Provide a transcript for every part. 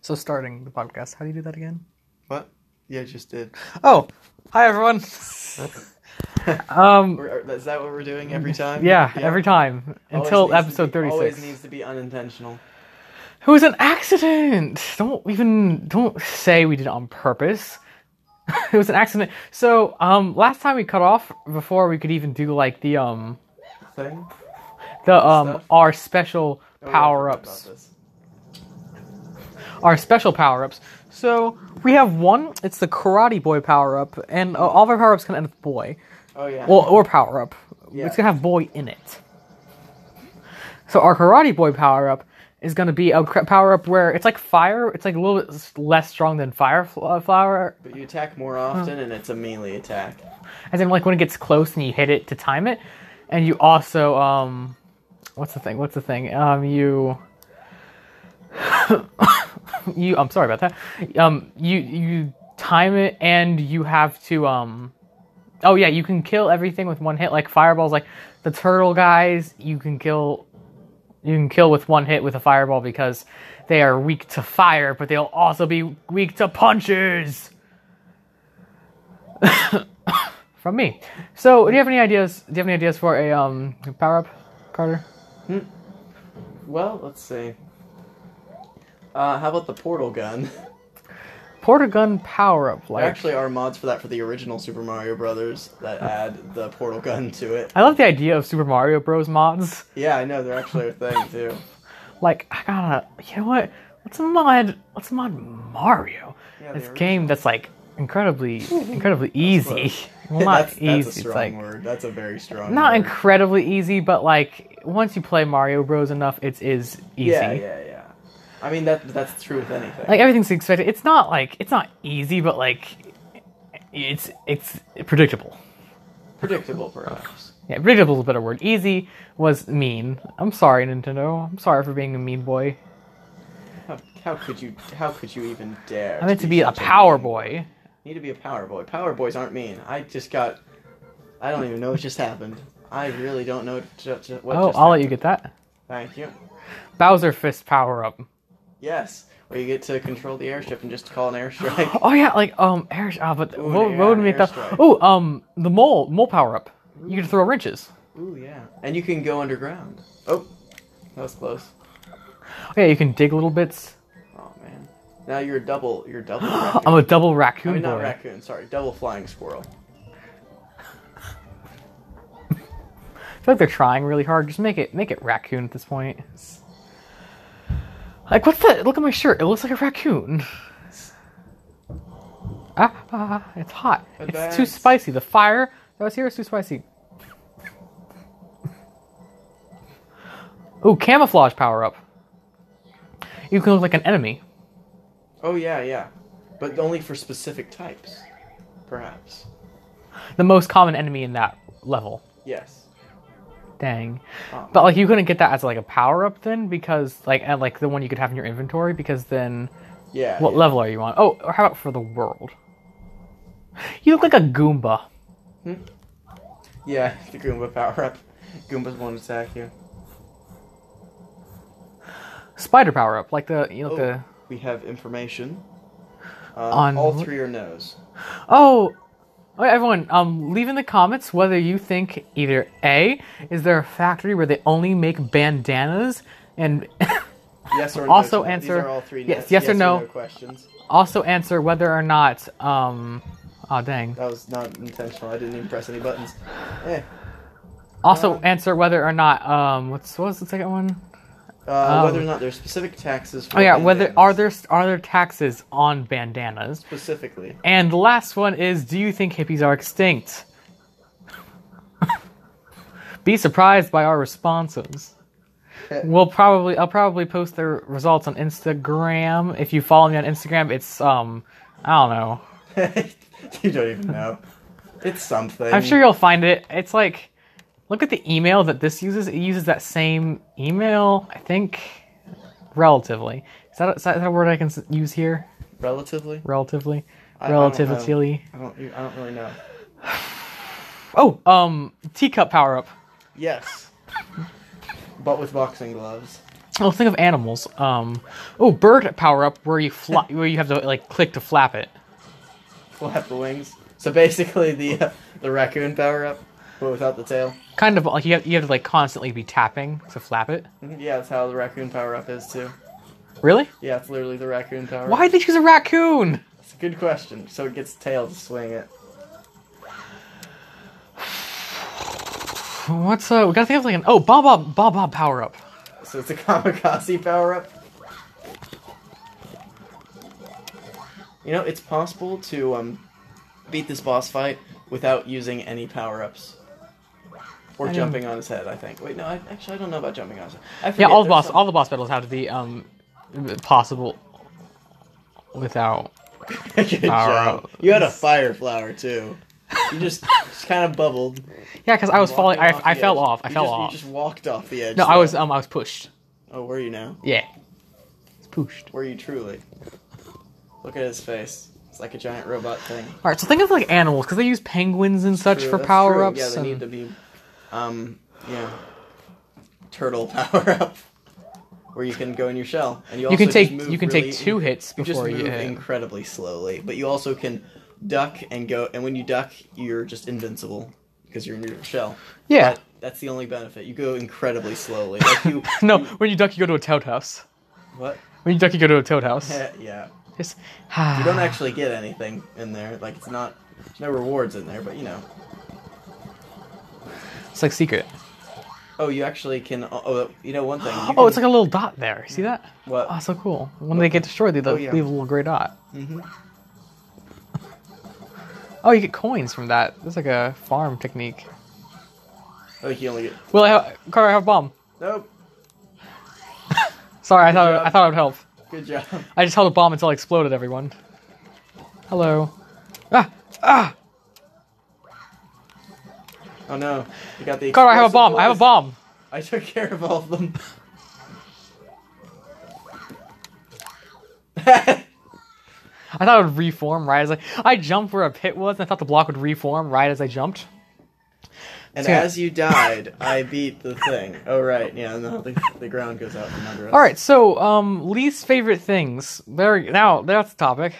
So starting the podcast, how do you do that again? What? Yeah, I just did. Oh, hi everyone. um, We're- Is that what we're doing every time? yeah, every time Always until needs to episode be- Always thirty-six. needs to be unintentional. It was an accident. Don't even don't say we did it on purpose. it was an accident. So um, last time we cut off before we could even do like the um Thing. the um Stuff? our special Oh, yeah, I forgot power about ups. this. our special power ups. So we have one. It's the Karate Boy power up, and uh, all of our power ups can end with boy, Oh yeah. well, or power up. Yeah. It's gonna have boy in it. So our Karate Boy power up is gonna be a cra- power up where it's like fire. It's like a little bit s- less strong than fire fl- uh, flower, but you attack more often, and it's a melee attack. and then like when it gets close and you hit it to time it, and you also um, what's the thing? What's the thing? Um, you. you I'm sorry about that. Um you you time it and you have to um Oh yeah, you can kill everything with one hit like fireballs like the turtle guys, you can kill you can kill with one hit with a fireball because they are weak to fire, but they'll also be weak to punches. From me. So, do you have any ideas? Do you have any ideas for a um power up, Carter? Well, let's see. Uh, how about the portal gun? Porter gun power up There like actually are mods for that for the original Super Mario Brothers that add the portal gun to it. I love the idea of Super Mario Bros. mods. Yeah, I know they're actually a thing too. Like, I gotta, you know what? Let's mod, let's mod Mario. Yeah, this the game that's like incredibly, incredibly easy. close. well, not that's, easy. that's a it's strong like word. That's a very strong. not word. incredibly easy, but like once you play Mario Bros. enough, it is easy. Yeah, yeah, yeah. I mean that that's true with anything. Like everything's expected. It's not like it's not easy, but like it's it's predictable. Predictable, perhaps. Yeah, predictable is a better word. Easy was mean. I'm sorry, Nintendo. I'm sorry for being a mean boy. How, how could you? How could you even dare? I meant to be a power boy. boy. Need to be a power boy. Power boys aren't mean. I just got. I don't even know what just happened. I really don't know what ju- ju- what Oh, I'll just let you happened. get that. Thank you. Bowser Fist power up. Yes, where you get to control the airship and just call an airstrike. Oh yeah, like um air. Ah, but Ooh, what, Oh, yeah, what would make that? airstrike. Oh, um, the mole mole power up. You can throw wrenches. Ooh, yeah. And you can go underground. Oh, that was close. Oh, yeah, you can dig little bits. Oh man. Now you're a double. You're a double. raccoon. I'm a double raccoon I mean, not boy. raccoon. Sorry, double flying squirrel. I feel like they're trying really hard. Just make it make it raccoon at this point. Like what's that? Look at my shirt. It looks like a raccoon. Ah, ah it's hot. It's too Advance. spicy. The fire that was here is too spicy. Ooh, camouflage power up. You can look like an enemy. Oh yeah, yeah. But only for specific types, perhaps. The most common enemy in that level. Yes. Dang. Oh, But like you couldn't get that as like a power up then because like and like the one you could have in your inventory because then yeah. What yeah. level are you on? Oh, or how about for the world? You look like a Goomba. Yeah, the Goomba power up. Goombas won't attack you. Spider power up, like the you know Oh, the we have information. Uh, On all what- three are no's. oh. Oh, yeah, everyone, um, leave in the comments whether you think either A, is there a factory where they only make bandanas, and Yes or no. Also These answer- are all three yes, no's- yes or no. questions. also answer whether or not, um, oh dang. That was not intentional. I didn't even press any buttons. Eh. Also Um, answer whether or not, um, what's what was the second one? Uh, whether or not there's specific taxes. For Um, Oh yeah, whether bandanas. are there are there taxes on bandanas? specifically? And the last one is Do you think hippies are extinct? Be surprised by our responses. Uh, We'll probably I'll probably post the results on Instagram. If you follow me on Instagram, it's um I don't know. you don't even know. It's something. I'm sure you'll find it. It's like look at the email that this uses. It uses that same email, I think relatively. Is that is that a word I can s- use here? Relatively. Relatively. I don't know. Relatively. I don't. I don't really know. Oh, um teacup power up. Yes. But with boxing gloves. Well, think of animals. Um, oh, bird power up where you fly, where you have to like click to flap it. Flap the wings. So basically, the uh, the raccoon power up, but without the tail. Kind of like you have you have to like constantly be tapping to flap it. Mhm, Yeah, that's how the raccoon power up is too. Really? Yeah, it's literally the raccoon power. Why did Up. they choose a raccoon? It's a good question. So it gets tail to swing it. What's uh? We gotta think of like an oh, Bob Bob Bob Bob power up. So it's a kamikaze power up. You know, it's possible to um, beat this boss fight without using any power ups. Or I jumping on his head, I think. Wait, no, I, actually, I don't know about jumping on his head. I Yeah, forget, all the there's boss some- all the boss battles have to be um possible without. Good Power job. up. You had a fire flower, too. You just, just kind of bubbled. Yeah, because I was falling. walking I, off I the fell edge. off. I You fell just- off. You just walked off the edge. no, I though. was um I was pushed. Oh, were you now? Yeah. It's pushed. Were you truly? Look at his face. It's like a giant robot thing. All right, so think of like animals because they use penguins and such True, for that's power true. ups. Yeah, they and... need to be. Um, yeah. Turtle power up, where you can go in your shell, and you, You also can take just move you can really- take two hits You just before move you, hit. incredibly slowly, but you also can duck and go. And when you duck, you're just invincible because you're in your shell. Yeah. But that's the only benefit. You go incredibly slowly. Like you. No, when you duck, you go to a toad house. What? When you duck, you go to a toad house. Heh, yeah. Just, You don't actually get anything in there. Like it's not. There's no rewards in there, but you know. It's like secret. Oh, you actually can. Oh, you know one thing. you Oh, it's can- like a little dot there. See that? What? Oh, Oh, so cool. When they get destroyed, they yeah. leave a little gray dot. Mm-hmm. Oh, you get coins from that. That's like a farm technique. I think oh, you only get. Will I have, Carter, I have a bomb. Nope. Sorry, I thought job. I thought it would help. Good job. I just held a bomb until I exploded everyone. Hello. Ah, ah! Oh no, you got the. Carter, I have a explosive bomb. I have a boys. bomb. I took care of all of them. I thought it would reform right as I I jumped where a pit was, and I thought the block would reform right as I jumped. and So- as you died, I beat the thing. Oh right, yeah. No, the, the ground goes out from under us. All right, so um, least favorite things. There, now that's the topic.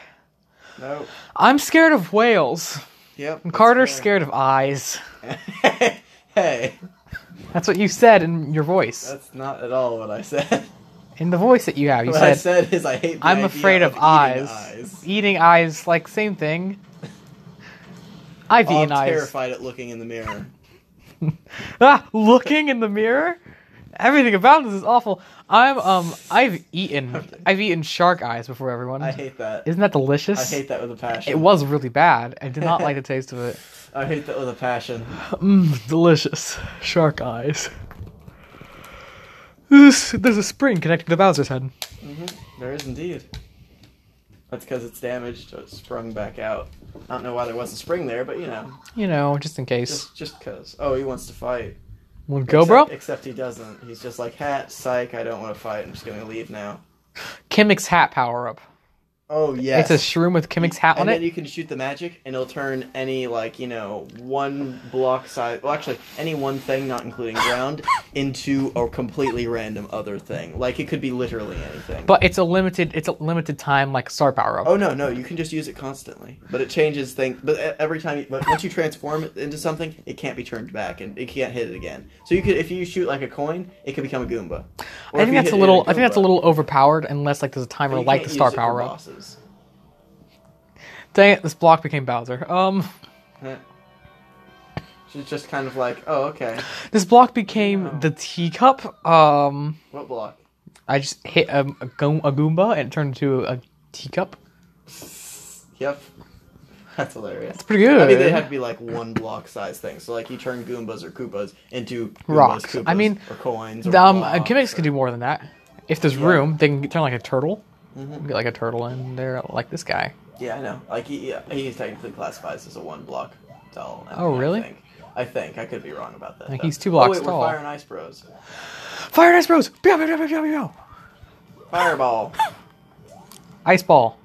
Nope. I'm scared of whales. Yep. that's Carter's fair. scared of eyes. hey, That's what you said in your voice. that's not at all what I said. In the voice that you have, you What I said, said is I hate. The "I'm idea afraid of, eating eyes. eyes. Eating eyes, like same thing. I've Oh, I'm eaten eyes. terrified at looking in the mirror. Ah, looking in the mirror. Everything about this is awful. I'm um, I've eaten, I've eaten shark eyes before everyone. I hate that. Isn't that delicious? I hate that with a passion. It was really bad. I did not like the taste of it. I hate that with a passion. Mmm, delicious. Shark eyes. This, there's a spring connected to Bowser's head. There is indeed. That's because it's damaged, so it sprung back out. I don't know why there was a spring there, but you know, You know, just in case. just just cause. Oh, he wants to fight. Wanna go, except, bro? Except he doesn't. He's just like, hat, psych. I don't want to fight. I'm just gonna leave now. Kimmick's hat power up. Oh yes. It's a shroom with Kimmick's hat and on then it. you can shoot the magic, and it'll turn any like you know one block size. Well, actually, any one thing, not including ground, into a completely random other thing. Like it could be literally anything. But it's a limited, it's a limited time like star power up. Oh no, no, you can just use it constantly. But it changes things. But e- every time, you, but once you transform it into something, it can't be turned back, and it can't hit it again. So you could, if you shoot like a coin, it could become a Goomba. Or I if think that's you hit a it, little, it I think that's a Goomba. little overpowered unless like there's a timer You like can't the star use it for power up. bosses. Dang it, this block became Bowser. Um, Huh. She's just kind of like, oh okay, this block became the teacup. Um, what block? I just hit a, a, go- a Goomba and it turned into a teacup. Yep, that's hilarious. Pretty good. I mean, they have to be like one block size things. So like you turn Goombas or Koopas into Goombas, Rocks. Koopas, I mean, or coins. Or Um, uh, blocks gimmicks or- can do more than that. If there's room, they can turn like a turtle. Get like a turtle in there, like this guy. Yeah, I know. Like he, yeah, he's technically classifies as a one block tall. I Oh, think- really? I think. I think I could be wrong about that. Like, though. he's two blocks oh, wait, tall. We're Fire and Ice Bros. Fire Dice Bros! Pew, pew, pew, pew, pew, pew. Fireball. Ice ball.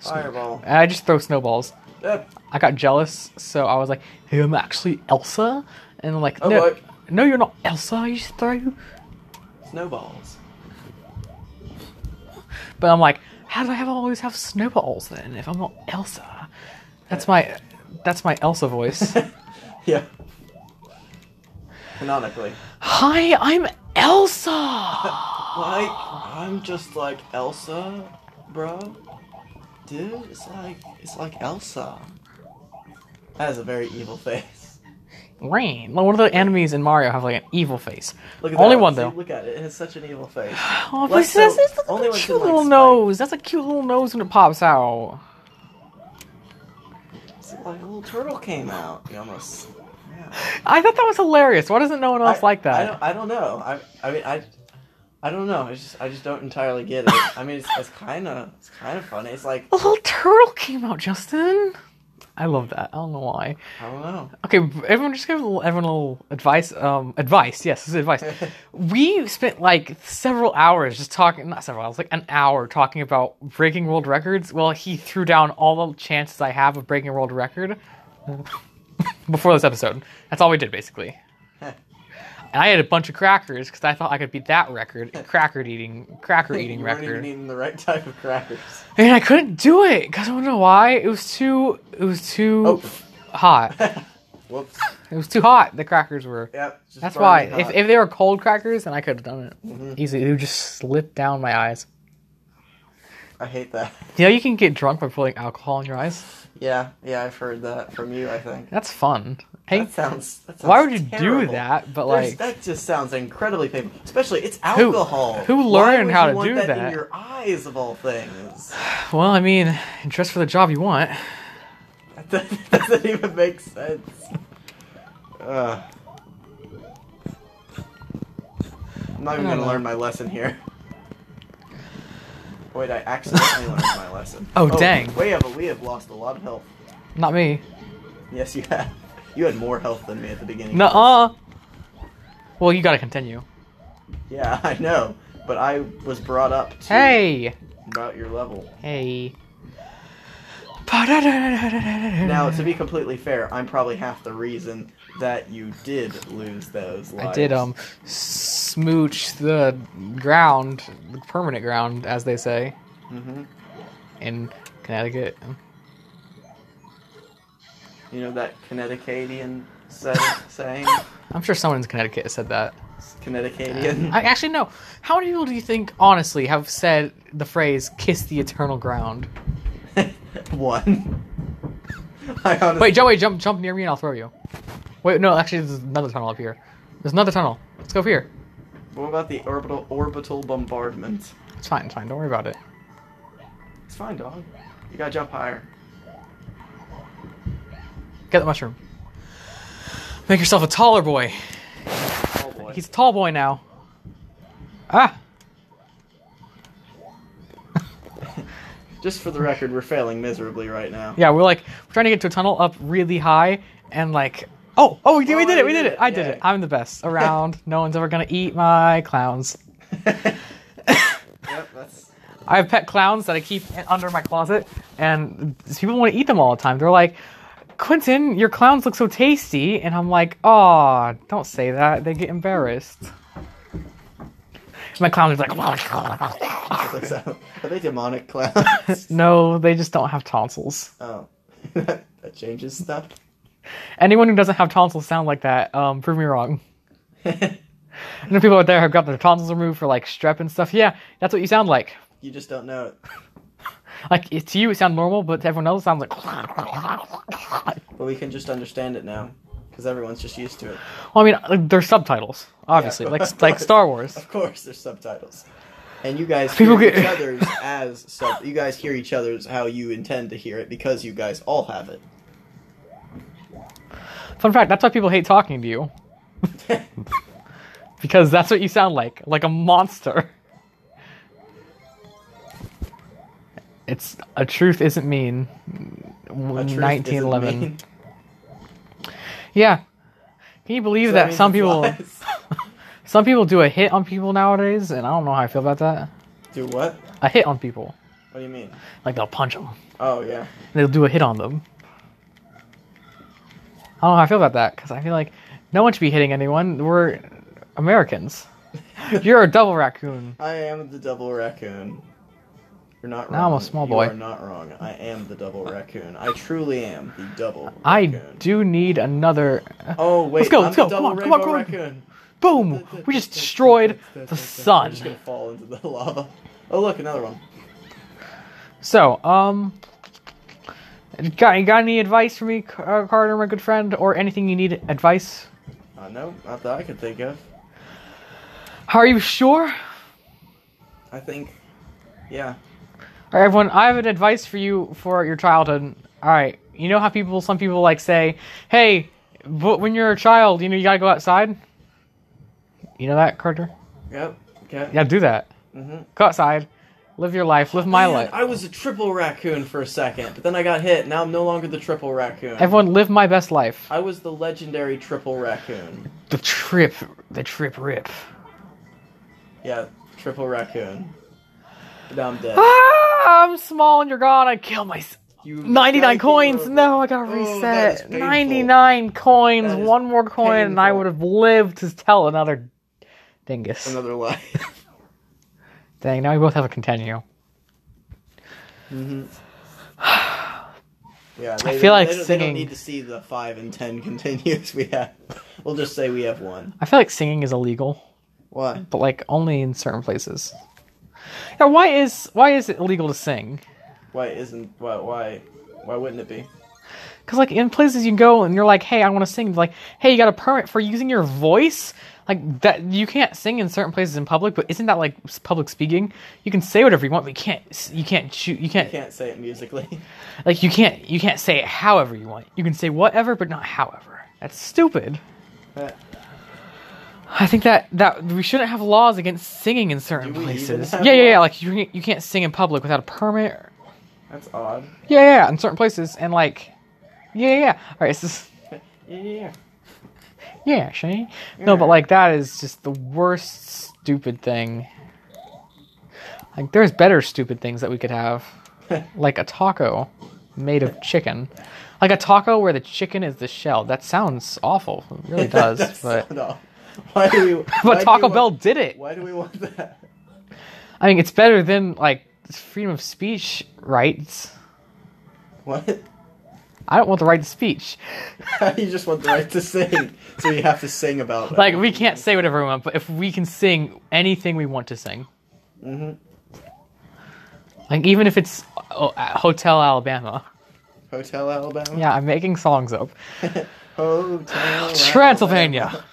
Fireball. And I just throw snowballs. Yep. I got jealous, so I was like, hey, I'm actually Elsa? And like, Oh, no, boy. no, you're not Elsa, I just throw. Snowballs. But I'm like, how do I have always have snowballs then if I'm not Elsa? That's my that's my Elsa voice. Yeah. Canonically. Hi, I'm Elsa. Like, I'm just like Elsa, bro. Dude, it's like it's like Elsa. That is a very evil face. Rain. Like, one of the enemies in Mario have like an evil face. Look at Only that. one See, though. Look at it. It has such an evil face. Oh, but Like, see, that's, so, that's, that's only a ones cute in, like, little Spike. nose. That's a cute little nose when it pops out. It's like a little turtle came out. You almost. Yeah. I thought that was hilarious. Why doesn't no one else I- like I that? don't, I don't know. I, I mean, I, I don't know. It's just, I just don't entirely get it. I mean, it's, it's kind of, it's kind of funny. It's like, A little turtle came out, Justin. I love that. I don't know why. I don't know. Okay, everyone, just give a little- everyone a little advice. Um, advice. Yes, this is advice. we spent like several hours just talking. Not several hours, like an hour talking about breaking world records. Well, he threw down all the chances I have of breaking a world record before this episode. That's all we did basically. And I had a bunch of crackers because I thought I could beat that record, cracker eating, cracker eating you record. weren't even eating the right type of crackers. And I couldn't do it because I don't know why. It was too. It was too Oh. hot. Whoops. It was too hot. The crackers were. Yep. just That's why. burning If, hot. if they were cold crackers, then I could have done it easily. It would just slip down my eyes. I hate that. You know, you can get drunk by putting alcohol in your eyes. Yeah, yeah, I've heard that from you. I think. That's fun. Hey, That sounds. That sounds why would you do terrible. that? But There's- like, that just sounds incredibly painful. Especially, it's Who- alcohol. who Why learned would how you to want do that, in that? your eyes of all things? well, I mean, dress for the job you want. That doesn't even make sense. Ugh. I'm not even I don't gonna know. learn my lesson here. Wait, I accidentally learned my lesson. Oh, dang. We have we have lost a lot of health. Not me. Yes, you have. You had more health than me at the beginning. Nuh uh. Well, you gotta continue. Yeah, I know. But I was brought up to Hey! about your level. Hey. Now, Now to be completely fair, I'm probably half the reason that you did lose those lives. I did um smooch the ground, the permanent ground, as they say, hmm Mm-hmm. in Connecticut. You know that Connecticutian say, saying? I'm sure someone in Connecticut said that. Connecticutian? I actually no. How many people do you think honestly have said the phrase "kiss the eternal ground"? One. I honestly, Wait, Joey, jump, jump near me, and I'll throw you. Wait, no, actually, there's another tunnel up here. There's another tunnel. Let's go up here. what about the orbital orbital bombardment? It's fine, it's fine. Don't worry about it. It's fine, dog. You gotta jump higher. Get the mushroom. Make yourself a taller boy. Oh boy. He's a tall boy now. Ah, Just for the record, we're failing miserably right now. yeah. We're like we're trying to get to a tunnel up really high, and like, oh, oh, we did, we Oh, did it, you we did did it. it, I did yeah. it. I'm the best around. no one's ever gonna eat my clowns. Yep, that's. I have pet clowns that I keep in- under my closet, and people want to eat them all the time. They're like, Quentin, your clowns look so tasty. And I'm like, aw, don't say that. They get embarrassed. My clowns are like, So, are they demonic clowns? no, they just don't have tonsils. oh. that changes stuff. Anyone who doesn't have tonsils sound like that, um, prove me wrong. I know people out there have got their tonsils removed for like strep and stuff. Yeah, that's what you sound like. You just don't know it. Like it- to you, it sounds normal, but to everyone else, it sounds like. But we can just understand it now. Because everyone's just used to it. Well, I mean, uh, there's subtitles, obviously, Yeah. like like Star Wars. Of course, there's subtitles. And you guys People hear get- each other's as sub. You guys hear each other's how you intend to hear it because you guys all have it. Fun fact: that's why people hate talking to you, because that's what you sound like, like a monster. It's a truth isn't mean. A truth Nineteen isn't eleven. mean. Yeah. Can you believe So that, means some it's people lies. some people do a hit on people nowadays, and I don't know how I feel about that. do what? A hit on people, What do you mean? like they'll punch them, Oh yeah. they'll do a hit on them. I don't know how I feel about that because I feel like no one should be hitting anyone. We're Americans. You're a double raccoon. I am the double raccoon. You're not wrong. Now I'm a small you boy. are not wrong. I am the double raccoon. I truly am the double I raccoon. do need another. Oh wait, Let's go, I'm let's the go, come double on, come on, rainbow come on. raccoon. Boom! We just destroyed the I'm sun. just gonna fall into the lava. Oh look, another one. So, um, got got any advice for me, Car- Carter, my good friend, or anything you need advice? Uh, no, not that I could think of. Are you sure? I think, yeah. All right, everyone, I have an advice for you for your childhood. All right, you know how people, some people like say, "Hey, but when you're a child, you know you gotta go outside." You know that, Carter? Yep. Okay. Yeah, do that. Go outside, live your life, live my Mm-hmm. Oh, Man, life. I was a triple raccoon for a second, but then I got hit. Now I'm no longer the triple raccoon. Everyone, live my best life. I was the legendary triple raccoon. The trip, the trip, rip. Yeah, triple raccoon. But now I'm dead. Ah, I'm small and you're gone. I kill myself. You 99 gotta coins. be- No, I gotta Oh, that is reset. painful. 99 coins. That is One more coin, and I painful. would have lived to tell another dingus. Another life. Dang, now we both have a continue. Yeah, I they- feel like they don't, They singing- don't need to see the five and ten continues we have. We'll just say we have one. I feel like singing is illegal, Why? but like only in certain places. Now, why is why is it illegal to sing? Why isn't? Why? Why? Why wouldn't it be? Because like in places you go and you're like, hey, I want to sing. They're Like, hey, you got a permit for using your voice. Like that, you can't sing in certain places in public. But isn't that like s- public speaking? You can say whatever you want, but you can't. s- You can't shoot. You can't, You can't say it musically. like you can't. You can't say it however you want. You can say whatever, but not however. That's stupid. But I think that that we shouldn't have laws against singing in certain Do we even places. have Yeah, yeah, yeah. laws? Like you can't- you can't sing in public without a permit. or- that's odd. Yeah, yeah, yeah, in certain places and like, yeah, yeah. yeah. All right, this is. Yeah, yeah, yeah. Yeah, Shane. No, but like that is just the worst stupid thing. Like there's better stupid things that we could have. like a taco made of chicken. Like a taco where the chicken is the shell. That sounds awful. It really does. That's but not all. Why do we? why but do Taco we Bell Want, did it. why do we want that? I mean, it's better than like freedom of speech rights. What? I don't want the right to speech. you just want the right to sing, so you have to sing about it. Like we can't say whatever we want, but if we can sing anything we want to sing, Mm-hmm. like even if it's uh, uh, Hotel Alabama. Hotel Alabama. Yeah, I'm making songs up. Hotel Transylvania.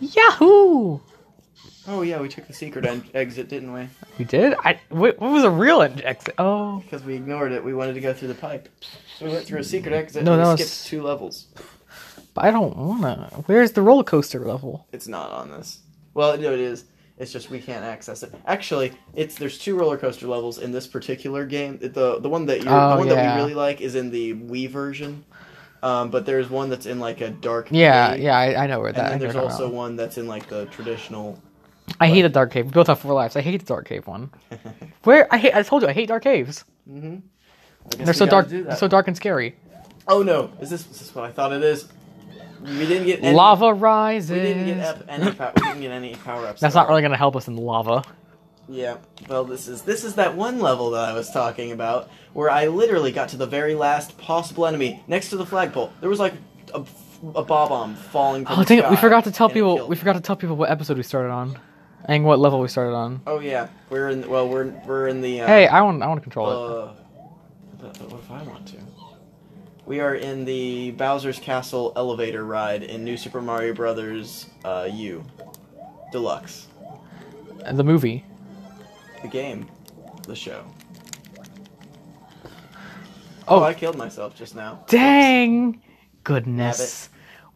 Yahoo! Alabama. Oh yeah, we took the secret en- exit, didn't we? We did. I what, what was a real en- exit? Oh, Because we ignored it. We wanted to go through the pipe. So we went through a secret exit. No, and that we was- skipped two levels. but I don't wanna. Where's the roller coaster level? It's not on this. Well, no, it is. It's just we can't access it. Actually, it's there's two roller coaster levels in this particular game. It- The the one that you Oh, are the one that yeah. we really like is in the Wii version. Um, but there's one that's in like a dark. Yeah, cave, yeah, I, I know where that. And I then know there's where that also one. one that's in like the traditional. I hate the dark cave. We both have four lives. I hate the dark cave one. Where I hate. I told you I hate dark caves. I guess They're we so gotta dark. do They're that. so dark and scary. Oh no! Is this is this what I thought it is? We didn't get any, Lava rises. We didn't get up any power. We didn't get any power ups. That's not really gonna help us in the lava. Yeah. Well, this is this is that one level that I was talking about where I literally got to the very last possible enemy next to the flagpole. There was like a, a bob bomb falling. From Oh the dang it! We sky, forgot to tell and it people. killed We me. forgot to tell people what episode we started on, and what level we started on. Oh yeah, we're in. Well, we're we're in the. Uh, Hey, I want. I want to control it. Uh, but what if I want to? We are in the Bowser's Castle elevator ride in New Super Mario Brothers uh, U Deluxe, the movie. the game, the show. Oh, oh I killed myself just now. dang! Goodness,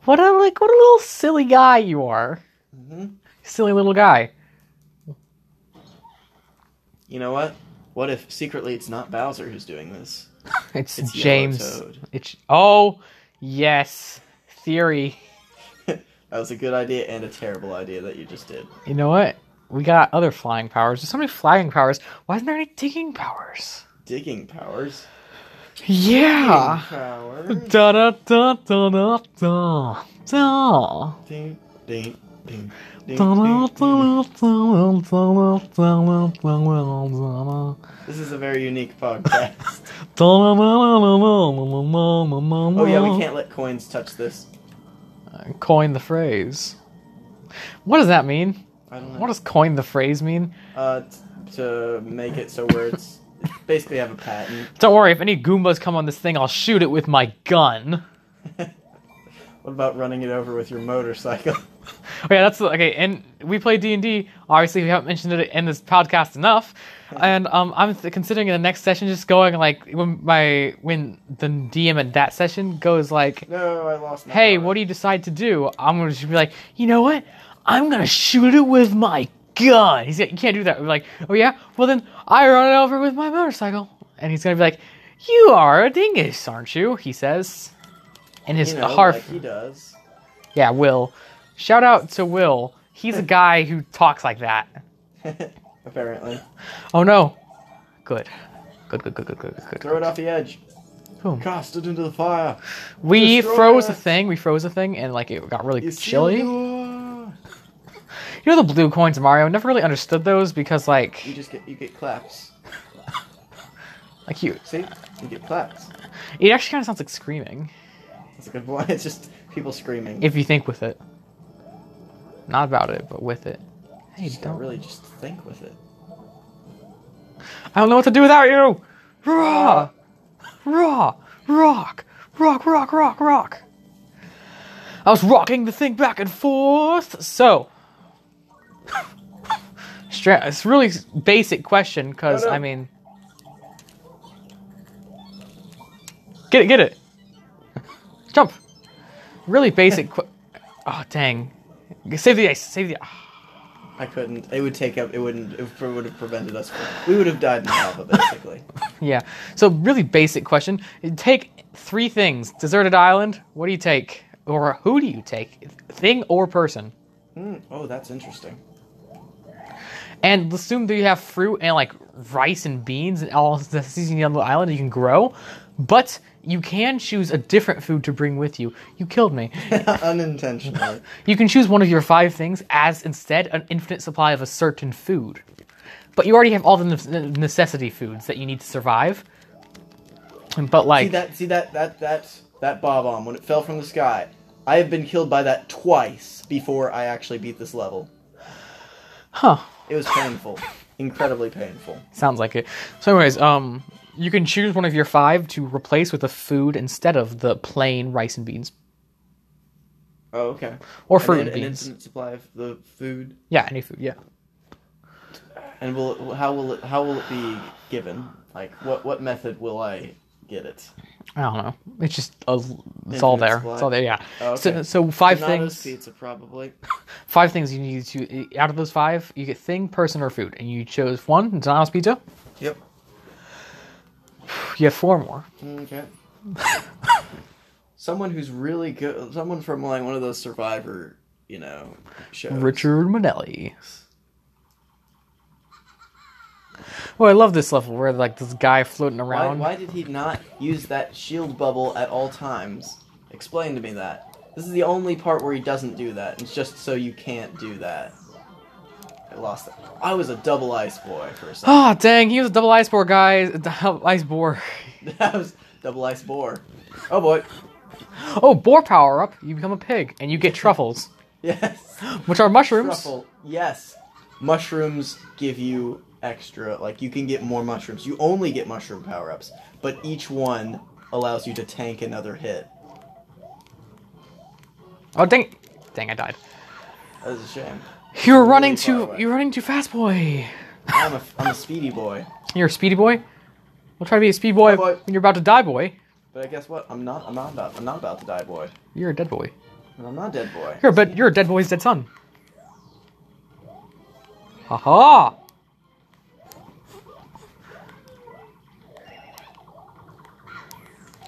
what a like, what a little silly guy you are. Mm-hmm. Silly little guy. You know what? What if secretly it's not Bowser who's doing this? It's, It's Yellow James. Toad. It's oh yes, theory. That was a good idea and a terrible idea that you just did. You know what? We got other flying powers. There's so many flying powers. Why isn't there any digging powers? Digging powers. Yeah. Powers. Oh, Da da da da da da. Ding, ding, Ding, ding, ding, ding. Oh This is a very unique podcast. Oh yeah, yeah, we can't let coins touch this. Uh, coin the phrase. What does that mean? I don't know. What does coin the phrase mean? uh, t- to make it so where it's basically have a patent. Don't worry, if any Goombas come on this thing, I'll shoot it with my gun. What about running it over with your motorcycle? Oh, yeah, that's okay. And we play D and D. Obviously, we haven't mentioned it in this podcast enough. And um, I'm th- considering in the next session just going like when my when the DM at that session goes like, No, I lost. My "Hey, what do you decide to do?" I'm gonna just be like, "You know what? I'm gonna shoot it with my gun." He's like, "You can't do that." We're like, "Oh yeah? Well then, I run it over with my motorcycle." And he's gonna be like, "You are a dingus, aren't you?" He says, and his You know, harf. like he does. Yeah, Will. Shout out to Will. He's a guy who talks like that. Apparently, Oh no. Good. Good, good, good, good, good, good. throw it off the edge. Boom. Cast it into the fire. We Destroy froze a us. thing. We froze a thing, and like it got really You see chilly. You you- know the blue coins, Mario. I Never really understood those because You like, just get you get claps. like you, See, you get claps. it actually kind of sounds like screaming That's a good point. It's just people screaming. if you think with it. Not about it, but with it. Hey, just don't. don't really just think with it. I don't know what to do without you. Raw, raw, rock, rock, rock, rock, rock. I was rocking the thing back and forth. So, Stra- it's really s- basic question because No, no. I mean, get it, get it, jump. Really basic. Qu- oh dang! Save the ice. Save the. I couldn't. It would take up. It wouldn't. It would have prevented us. From, we would have died in lava, basically. Yeah. So really basic question. Take three things. Deserted island, what do you take? Or who do you take? Thing or person? Hmm. Oh, that's interesting. And assume that you have fruit and like rice and beans and all the seasoning on the island that you can grow, but you can choose a different food to bring with you. You killed me. Unintentionally. You can choose one of your five things as instead an infinite supply of a certain food. But you already have all the ne- necessity foods that you need to survive. But See like that? See that? That that that bob bomb when it fell from the sky. I have been killed by that twice before I actually beat this level. Huh. It was painful, incredibly painful. Sounds like it. So, anyways, um, you can choose one of your five to replace with a food instead of the plain rice and beans Oh, okay. or And fruit then and, an beans. infinite supply of the food. yeah, any food. Yeah. And will it, how will it how will it be given? Like what what method will I get it? I don't know. It's just a, it's all there. supply. It's all there. Yeah. Oh, So, okay. so five Donato's things. pizza probably. Five things you need to e, out of those five, you get thing, person, or food, and you chose one. Donald's pizza. Yep. You have four more. Okay. someone who's really good. Someone from like one of those Survivor, you know, shows. Richard Manelli. Oh, I love this level where like this guy floating Why, around. why did he not use that shield bubble at all times? Explain to me that. This is the only part where he doesn't do that. It's just so you can't do that. I lost it. I was a double ice boy for a second. Oh dang, he was a double ice boar guy. Double Ice boar. I was double ice boar. Oh boy. Oh, boar power up. You become a pig and you get truffles, Yes. which are mushrooms. Truffle. Yes. Mushrooms give you extra. Like you can get more mushrooms. You only get mushroom power ups, but each one allows you to tank another hit. Oh dang, dang, I died. That is a shame. You're running far too. away. You're running too fast, boy. I'm a, I'm a speedy boy. You're a speedy boy. We'll try to be a speedy boy, Oh, boy. when you're about to die, boy. But I guess what? I'm not. I'm not about. I'm not about to die, boy. You're a dead boy. And I'm not dead, boy. You're a but you're a dead boy's dead son. Ha ha.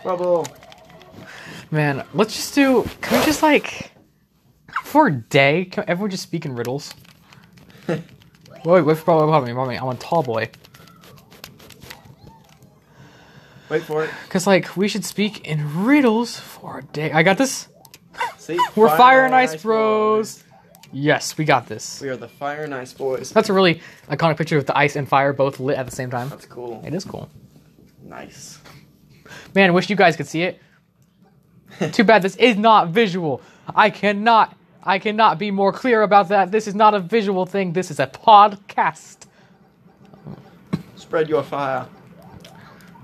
Trouble. Man, let's just do. Can we just like for a day? Can everyone just speak in riddles? wait, wait, for wait, wait, wait, wait, I'm a tall boy. Wait for it. Cause like we should speak in riddles for a day. I got this. See, We're Fire fire and on ice bros. Yes, we got this. We are the Fire and Ice Boys. That's a really iconic picture with the ice and fire both lit at the same time. That's cool. It is cool. Nice. Man, I wish you guys could see it. Too bad this is not visual. I cannot I cannot be more clear about that. This is not a visual thing. This is a podcast. Spread your fire.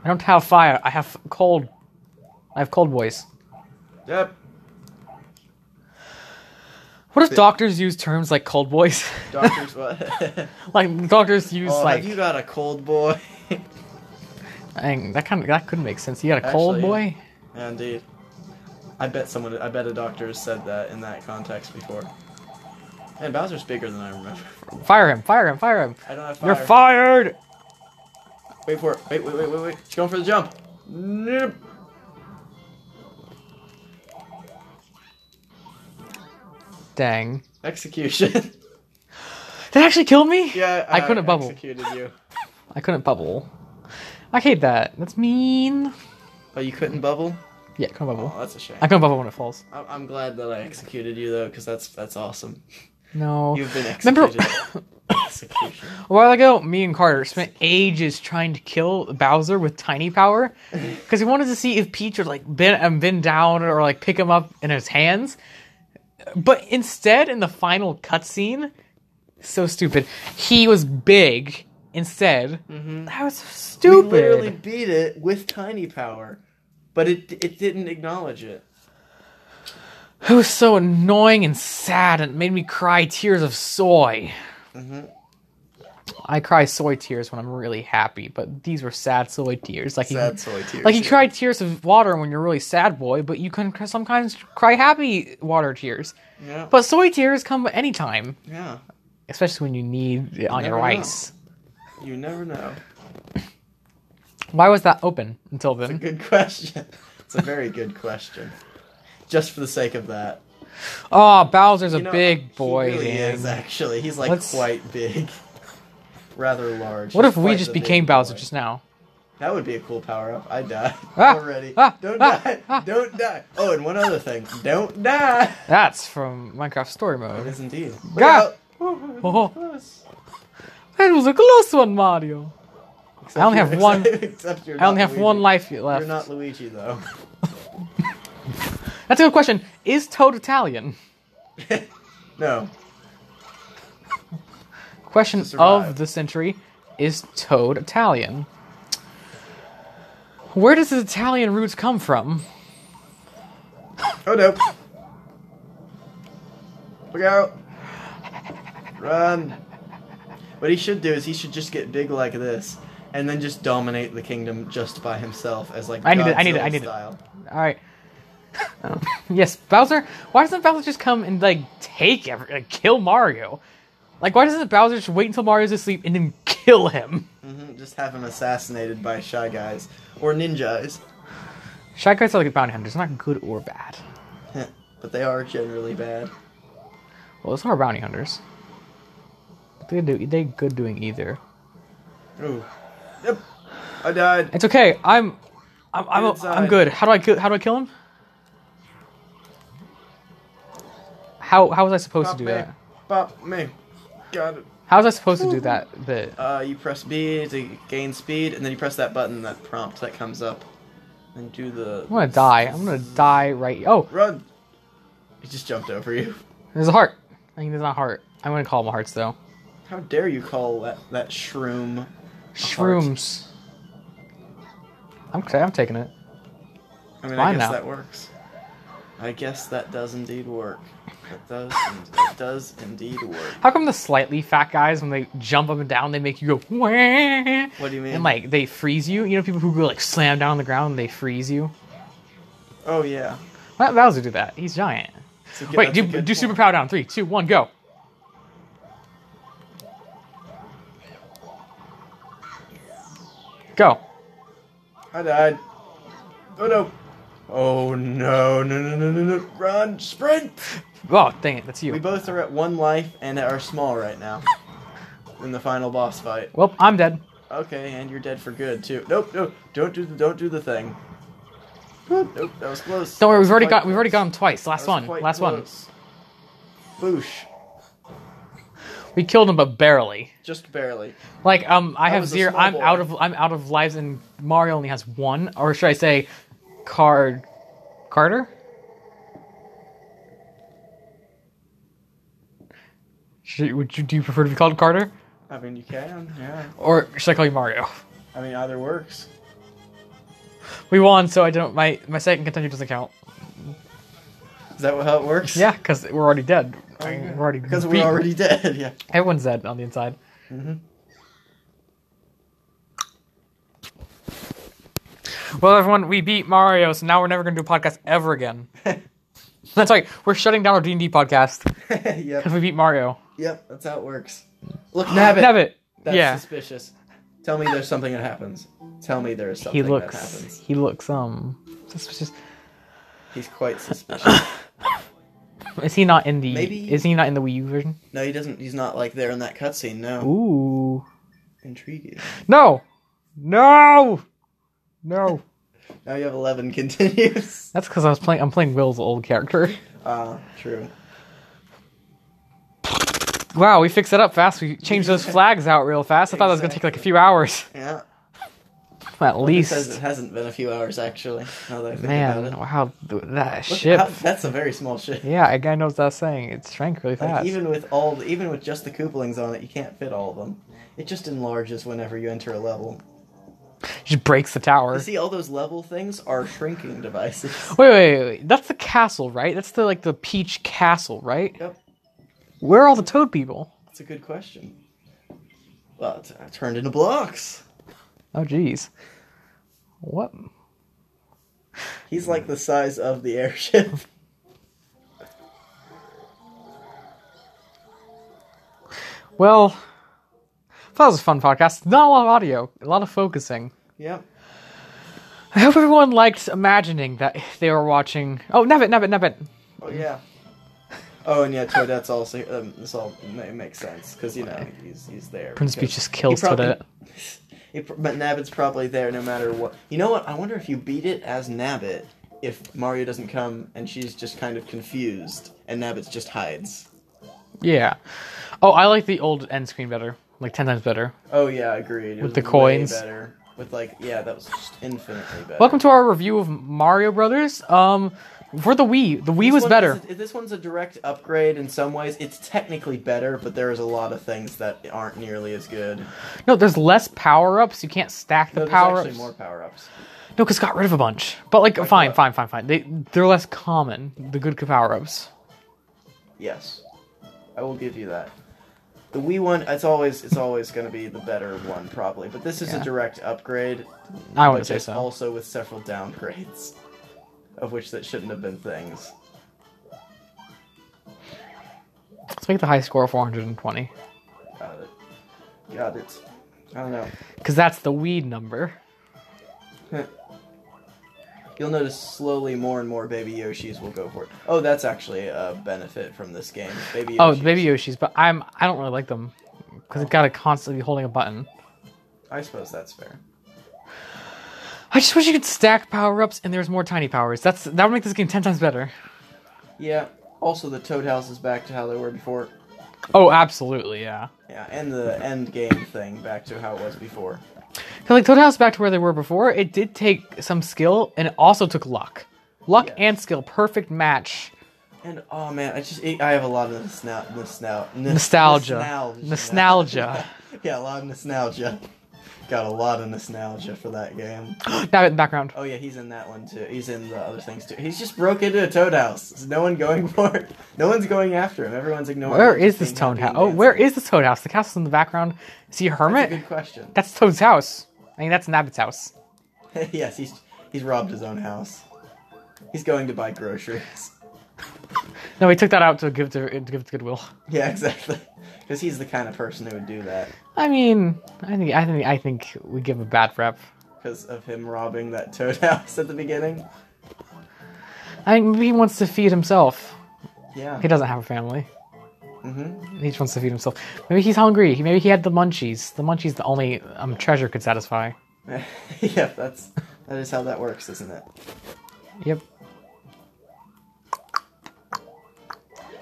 I don't have fire. I have cold. I have cold voice. Yep. What if doctors use terms like cold voice? Doctors, what? like doctors use oh, like have you got a cold boy? Dang, that kind of that could make sense. You got a cold Actually, boy? Indeed. I bet someone. I bet a doctor has said that in that context before. Man, Bowser's bigger than I remember. Fire him! Fire him! Fire him! I don't have fire. You're fired! Wait for it. Wait, wait, wait, wait, wait. She's going for the jump. Nope. Dang. Execution. That actually killed me? yeah, I couldn't bubble. Executed you. I couldn't bubble. I hate that. That's mean. Oh, you couldn't bubble? Yeah, I couldn't bubble. Oh, that's a shame. I couldn't bubble when it falls. I'm, I'm glad that I executed you though, because that's that's awesome. No. You've been Remember- executed. Execution. A while ago, me and Carter spent ages trying to kill Bowser with tiny power because we wanted to see if Peach would like bend, um, bend down or like pick him up in his hands. But instead, in the final cutscene, so stupid, he was big instead. That was so We stupid. Mm-hmm. literally beat it with tiny power, but it it didn't acknowledge it. It was so annoying and sad, and it made me cry tears of soy. Mm-hmm. I cry soy tears when I'm really happy, but these were sad soy tears. Like you, Sad soy tears, Like you yeah. cry tears of water when you're really sad, boy, but you can cr- sometimes cry happy water tears. Yeah. But soy tears come anytime, yeah. especially when you need it on your Never know. rice. You never know. Why was that open until then? Good question. It's a very good question. Just for the sake of that. Oh, Bowser's a You know, big boy. He really man. is actually. He's like Let's- quite big, rather large. What He's if we quite just the big became Bowser boy. just now? That would be a cool power up. I died Ah, already. ah, don't ah, die. ah. Don't die. Oh, and one other thing. Don't die. That's from Minecraft Story It Mode. is indeed. God. Look Oh. out. Close. That was a close one, Mario. Except only you're- have one- Except, except you're I only not have one Luigi. life You're left. not Luigi though. That's a good question. Is Toad Italian? No. Question survive. of the century. Is Toad Italian? Where does his Italian roots come from? Oh no. Look out. Run. What he should do is he should just get big like this, and then just dominate the kingdom just by himself as like I need it, I need it, I Godzilla need it. style. All right. yes, Bowser. Why doesn't Bowser just come and like take every, like, kill Mario? Like, why doesn't Bowser just wait until Mario's asleep and then kill him? Mhm, Just have him assassinated by shy guys or ninjas, Shy guys are like bounty hunters. They're not good or bad. but they are generally bad. Well, those are bounty hunters. They do. They good doing either. Ooh. Yep. I died. It's okay. I'm, I'm, I'm, Get inside. I'm good. How do I kill? How do I kill him? How how was I supposed Pop to do me. that? Pop me. Got it. How was I supposed to do that? Bit. Uh, you press B to gain speed, and then you press that button, that prompt that comes up, and do the. I'm gonna die. I'm gonna die right. Oh, Run! He just jumped over you. there's a heart. I think there's not a heart. I'm gonna call them hearts though. How dare you call that, that shroom? heart. Shrooms. I'm okay. I'm taking it. I mean, I Fine guess now. that works. I guess that does indeed work. That does, in- that does indeed work. How come the slightly fat guys, when they jump up and down, they make you go? Wah! What do you mean? And like they freeze you. You know people who go like slam down on the ground and they freeze you. Oh yeah. Why does Bowser do that? He's giant. It's a good- Wait, that's a do, good do point. super power down. Three, two, one, go. Go. I died. Oh no. Oh no no no no no no! Run! Sprint! Oh, dang it, that's you. We both are at one life and are small right now. In the final boss fight. well, I'm dead. Okay, and you're dead for good too. Nope, no, don't do the don't do the thing. Nope, nope, that was close. Don't worry, we've already Quite got we've already close. got him twice. Last That was one. quite Last close. Boosh. We killed him, but barely. Just barely. Like um, I That have was a zero. small I'm boy. out of I'm out of lives, and Mario only has one, or should I say, Card Carter? Should, would you do you prefer to be called Carter, I mean, you can. Yeah. or should I call you Mario? I mean, either works. We won, so I don't. My my second contender doesn't count. Is that how it works? Yeah, because we're already dead. I mean, Oh, yeah. We're already Because beaten. we're already dead. Yeah. everyone's dead on the inside. Mm-hmm. Well, everyone, we beat Mario, so now we're never gonna do a podcast ever again. That's right. We're shutting down our D and D podcast yep. because we beat Mario. Yep. That's how it works. Look, Nabbit. Nabbit. That's yeah, suspicious. Tell me there's something that happens. Tell me there is something he that looks. happens. He looks. Um, suspicious. He's quite suspicious. Is he not in the? Maybe- Is he not in the Wii U version? no, he doesn't. He's not like there in that cutscene. No. Ooh. Intriguing. No. No. No. Now you have eleven continues. That's because I was playing. I'm playing Will's old character. Ah, true. Wow, we fixed it up fast. We changed those flags out real fast. I thought that was gonna take like a few hours, Yeah. at It says it least. hasn't been a few hours actually. Now that I think Man, about it. wow, th- that Look ship. how- that's a very small ship. Yeah, I, I know what that's saying. It shrank really Like, fast. even with all, the, even with just the couplings on it, you can't fit all of them. It just enlarges whenever you enter a level. Just breaks the tower. You see, all those level things are shrinking devices. Wait, wait, wait, wait. That's the castle, right? That's the like the Peach Castle, right? Yep, Where are all the Toad people? that's a good question. Well, it's uh, turned into blocks. Oh, jeez. What? He's like the size of the airship. Well, that was a fun podcast. Not a lot of audio, a lot of focusing. yep. I hope everyone liked imagining that they were watching. Oh, Nebbit, Nebbit, Nebbit. Oh yeah. Oh, and yeah, Toadette's also. Um, this all ma- makes sense because you know he's he's there. Prince because Peach just kills he probably- Toadette. It, pr- but Nabbit's probably there no matter what. You know what? I wonder if you beat it as Nabbit, if Mario doesn't come and she's just kind of confused and Nabbit just hides. Yeah. Oh, I like the old end screen better. Like ten times better. Oh yeah, agreed. It With the coins. better. With like, yeah, that was just infinitely better. Welcome to our review of Mario Brothers. Um, for the Wii, the Wii This was one better. is a- this one's a direct upgrade in some ways. It's technically better, but there is a lot of things that aren't nearly as good. No, there's less power ups. You can't stack the No, there's power actually ups. more power ups. No, because got rid of a bunch. But like, fine, what? fine, fine, fine. They they're less common. The good power ups. Yes, I will give you that. The Wii one, it's always it's always going to be the better one probably, but this is Yeah. a direct upgrade. I but wouldn't say just so. Also with several downgrades, of which that shouldn't have been things. Let's make the high score 420, Got it. Got it. I don't know. because that's the Wii number. You'll notice slowly more and more baby Yoshis will go for it. Oh, that's actually a benefit from this game. Baby Oh, Yoshis. baby Yoshi's, but I'm I don't really like them because I've got to constantly be holding a button. I suppose that's fair. I just wish you could stack power ups and there's more tiny powers. That's that would make this game ten times better. Yeah. Also, the Toad House is back to how they were before. Oh, absolutely, yeah. Yeah, and the end game thing back to how it was before. 'Cause, like Toad House back to where they were before, it did take some skill and it also took luck. Luck Yes. and skill, perfect match. And oh man, I just I have a lot of nostal- nostal- nos- Nostalgia. Nostalgia. yeah, a lot of nostalgia. Got a lot of nostalgia for that game. now in the background. Oh yeah, he's in that one too. He's in the other things too. He's just broke into a toad house. There's no one going for it. No one's going after him. Everyone's ignoring. Where him. is Just this being Toad House? happy Oh, and where dancing. is this Toad House? The castle's in the background. Is he a hermit? That's a good question. That's Toad's house. I mean, that's Nabbit's house. yes, he's he's robbed his own house. He's going to buy groceries. No, we took that out to give to, to give to Goodwill. Yeah, exactly. Because he's the kind of person who would do that. I mean, I think I think I think we give him a bad rep. Because of him robbing that toad house at the beginning. I mean, maybe he wants to feed himself. Yeah. He doesn't have a family. Mm-hmm. He just wants to feed himself. Maybe he's hungry. He- Maybe he had the munchies. The munchies the only um, treasure could satisfy. yeah, that's that is how that works, isn't it? Yep.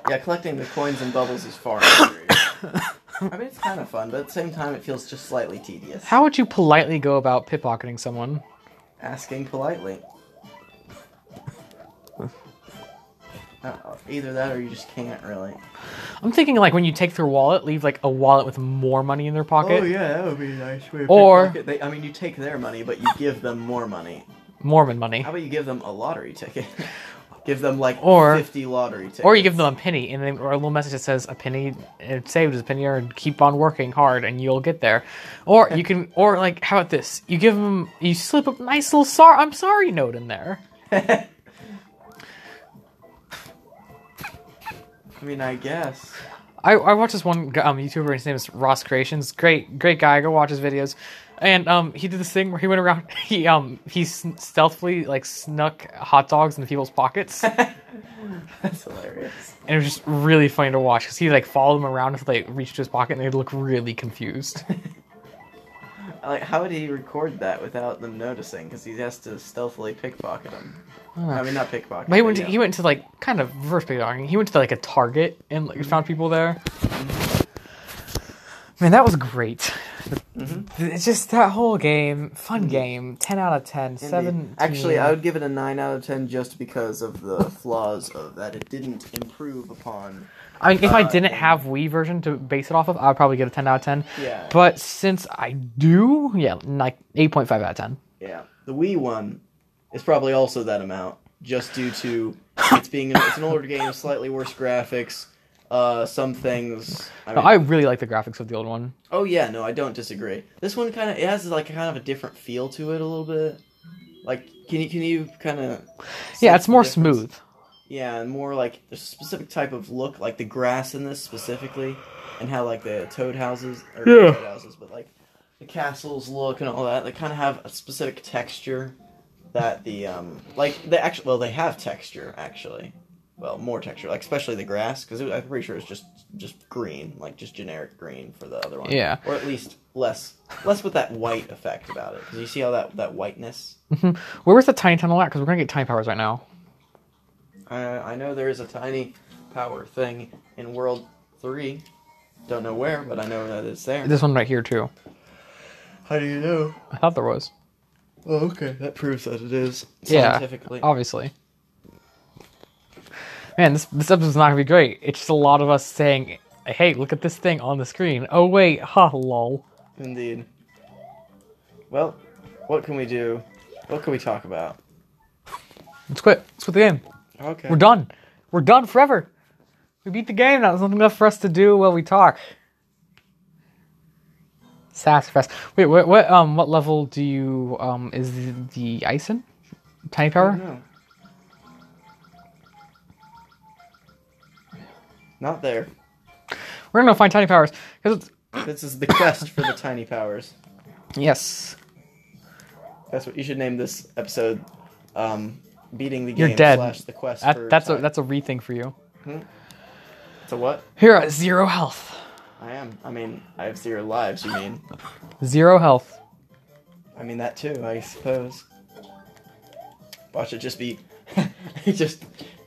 Yeah, collecting the coins and bubbles is far. easier. I mean, it's kind of fun, but at the same time, it feels just slightly tedious. How would you politely go about pickpocketing someone? Asking politely. Uh, either that or you just can't really. I'm thinking like when you take their wallet, leave like a wallet with more money in their pocket. Oh yeah, that would be a nice way. Of Or- pickpocket. they, I mean, you take their money, but you give them more money. Mormon money. How about you give them a lottery ticket? give them like Or- fifty lottery tickets. Or you give them a penny, and then or a little message that says a penny uh, saved is a penny, or keep on working hard and you'll get there. Or you can, or like, how about this? You give them, you slip a nice little sor I'm sorry note in there. I mean, I guess. I, I watched this one gu- um, YouTuber. His name is Ross Creations. Great, great guy. Go watch his videos. And um, he did this thing where he went around. He um, he sn- stealthily like snuck hot dogs into people's pockets, and That's hilarious. it was just really funny to watch because he like followed them around until they reached his pocket, and they'd look really confused. Like, how would he record that without them noticing? Because he has to stealthily pickpocket them. I mean, not pickpocket. But he went to, yeah. he went to like kind of reverse pickpocketing. He went to like a Target and like found people there. Man, that was great. Mm-hmm. It's just that whole game, fun game, ten out of ten, Indeed. seven. Actually, I would give it a nine out of ten just because of the flaws of that it didn't improve upon. I mean, if I uh, didn't have Wii version to base it off of, I would probably give it a ten out of ten. Yeah. But since I do, yeah, like eight point five out of ten. Yeah, the Wii one is probably also that amount, just due to it's being it's an older game, slightly worse graphics. Uh, some things. I mean, I really like the graphics of the old one. oh yeah, no, I don't disagree. This one kind of it has like kind of a different feel to it a little bit. Like, can you can you kind of? yeah, it's more smooth. Yeah, and more like there's a specific type of look, like the grass in this specifically, and how like the toad houses or not Yeah. toad houses, but like the castles look and all that. They kind of have a specific texture that the um like they actually well they have texture actually, well more texture like especially the grass because I'm pretty sure it's just just green like just generic green for the other one. Yeah. or at least less less with that white effect about it because you see how that that whiteness. Where was the tiny tunnel at? Because we're gonna get tiny powers right now. Uh, I know there is a tiny power thing in World 3. Don't know where, but I know that it's there. This one right here too. How do you know? I thought there was. Oh, okay. That proves that it is. Yeah, Scientifically. Obviously. Man, this this episode's not gonna be great. It's just a lot of us saying, "Hey, look at this thing on the screen." Oh wait, ha lol. Indeed. Well, what can we do? What can we talk about? Let's quit. Let's quit the game. Okay. We're done. We're done forever. We beat the game. Now there's nothing left for us to do while we talk. Sassafras. Wait, what? What? Um, what level do you? Um, is the, the ice in? Tiny power. No. Not there. We're gonna find tiny powers because This is the quest for the tiny powers. yes, That's what you should name this episode. Um, beating the You're game dead. slash the quest. for that, that's a Ti- that's a rethink for you. It's a what? Here at zero health. I am. I mean, I have zero lives. You mean? Zero health. I mean that too, I suppose. Watch it just be. it just.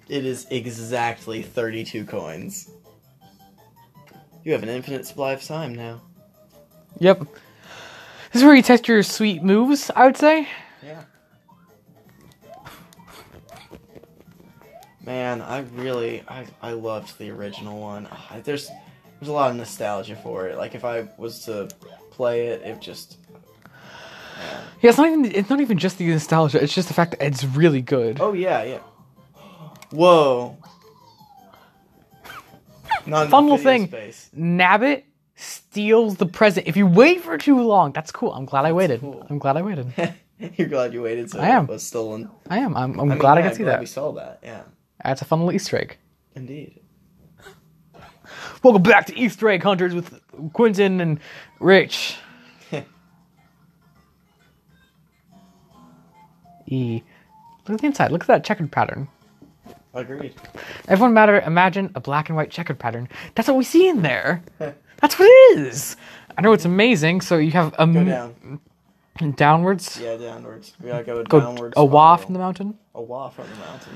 It is exactly thirty-two coins. You have an infinite supply of time now. Yep. This is where you test your sweet moves, I would say. Yeah. Man, I really I I loved the original one. Ah, There's there's a lot of nostalgia for it. Like if I was to play it, it just Yeah, it's not even it's not even just the nostalgia, it's just the fact that it's really good. Oh yeah, yeah. Whoa. Not Fun little enough video thing. Space. Nabbit steals the present. If you wait for too long, that's cool. I'm glad I waited. cool. I'm glad I waited. You're glad you waited. So I am. It was stolen. I am. I'm, I'm I mean, glad I yeah, could see glad that. We saw that. Yeah. That's a fun little Easter egg. Indeed. Welcome back to Easter Egg Hunters with Quentin and Rich. e. Look at the inside. Look at that checkered pattern. Agreed. Everyone matter imagine a black and white checkered pattern. That's what we see in there. That's what it is. I know it's amazing. So you have a Go m- down. downwards, Yeah, downwards. We gotta go go downwards. a wah from the spiral. mountain. A wah from the mountain.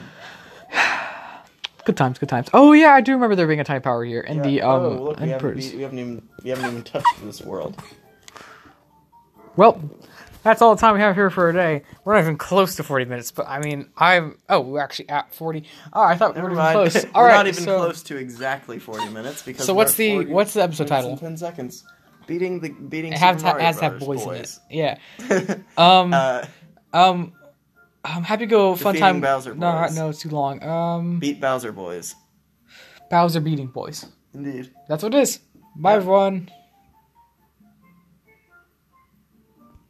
Good times, good times. Oh yeah, I do remember there being a time power here, and the Yeah. um, oh, look, we and haven't, Bruce. be- we haven't even we haven't even touched this world. Well, that's all the time we have here for today. We're not even close to 40 minutes, but I mean, I'm. Oh, we're actually at 40. Oh, I thought we were Never even mind. close. We're All right, not even so, close to exactly forty minutes because. So we're what's at the 40 what's the episode minutes and title? Ten seconds. Beating the beating. It has, Super to, Mario has to have boys, Brothers, in it. Yeah. Um. Uh, um. Um. Happy Go Fun Defeating Time. Bowser no, Boys. no, it's too long. Um. beat Bowser Boys. Bowser beating boys. Indeed. That's what it is. Bye, Yeah. everyone.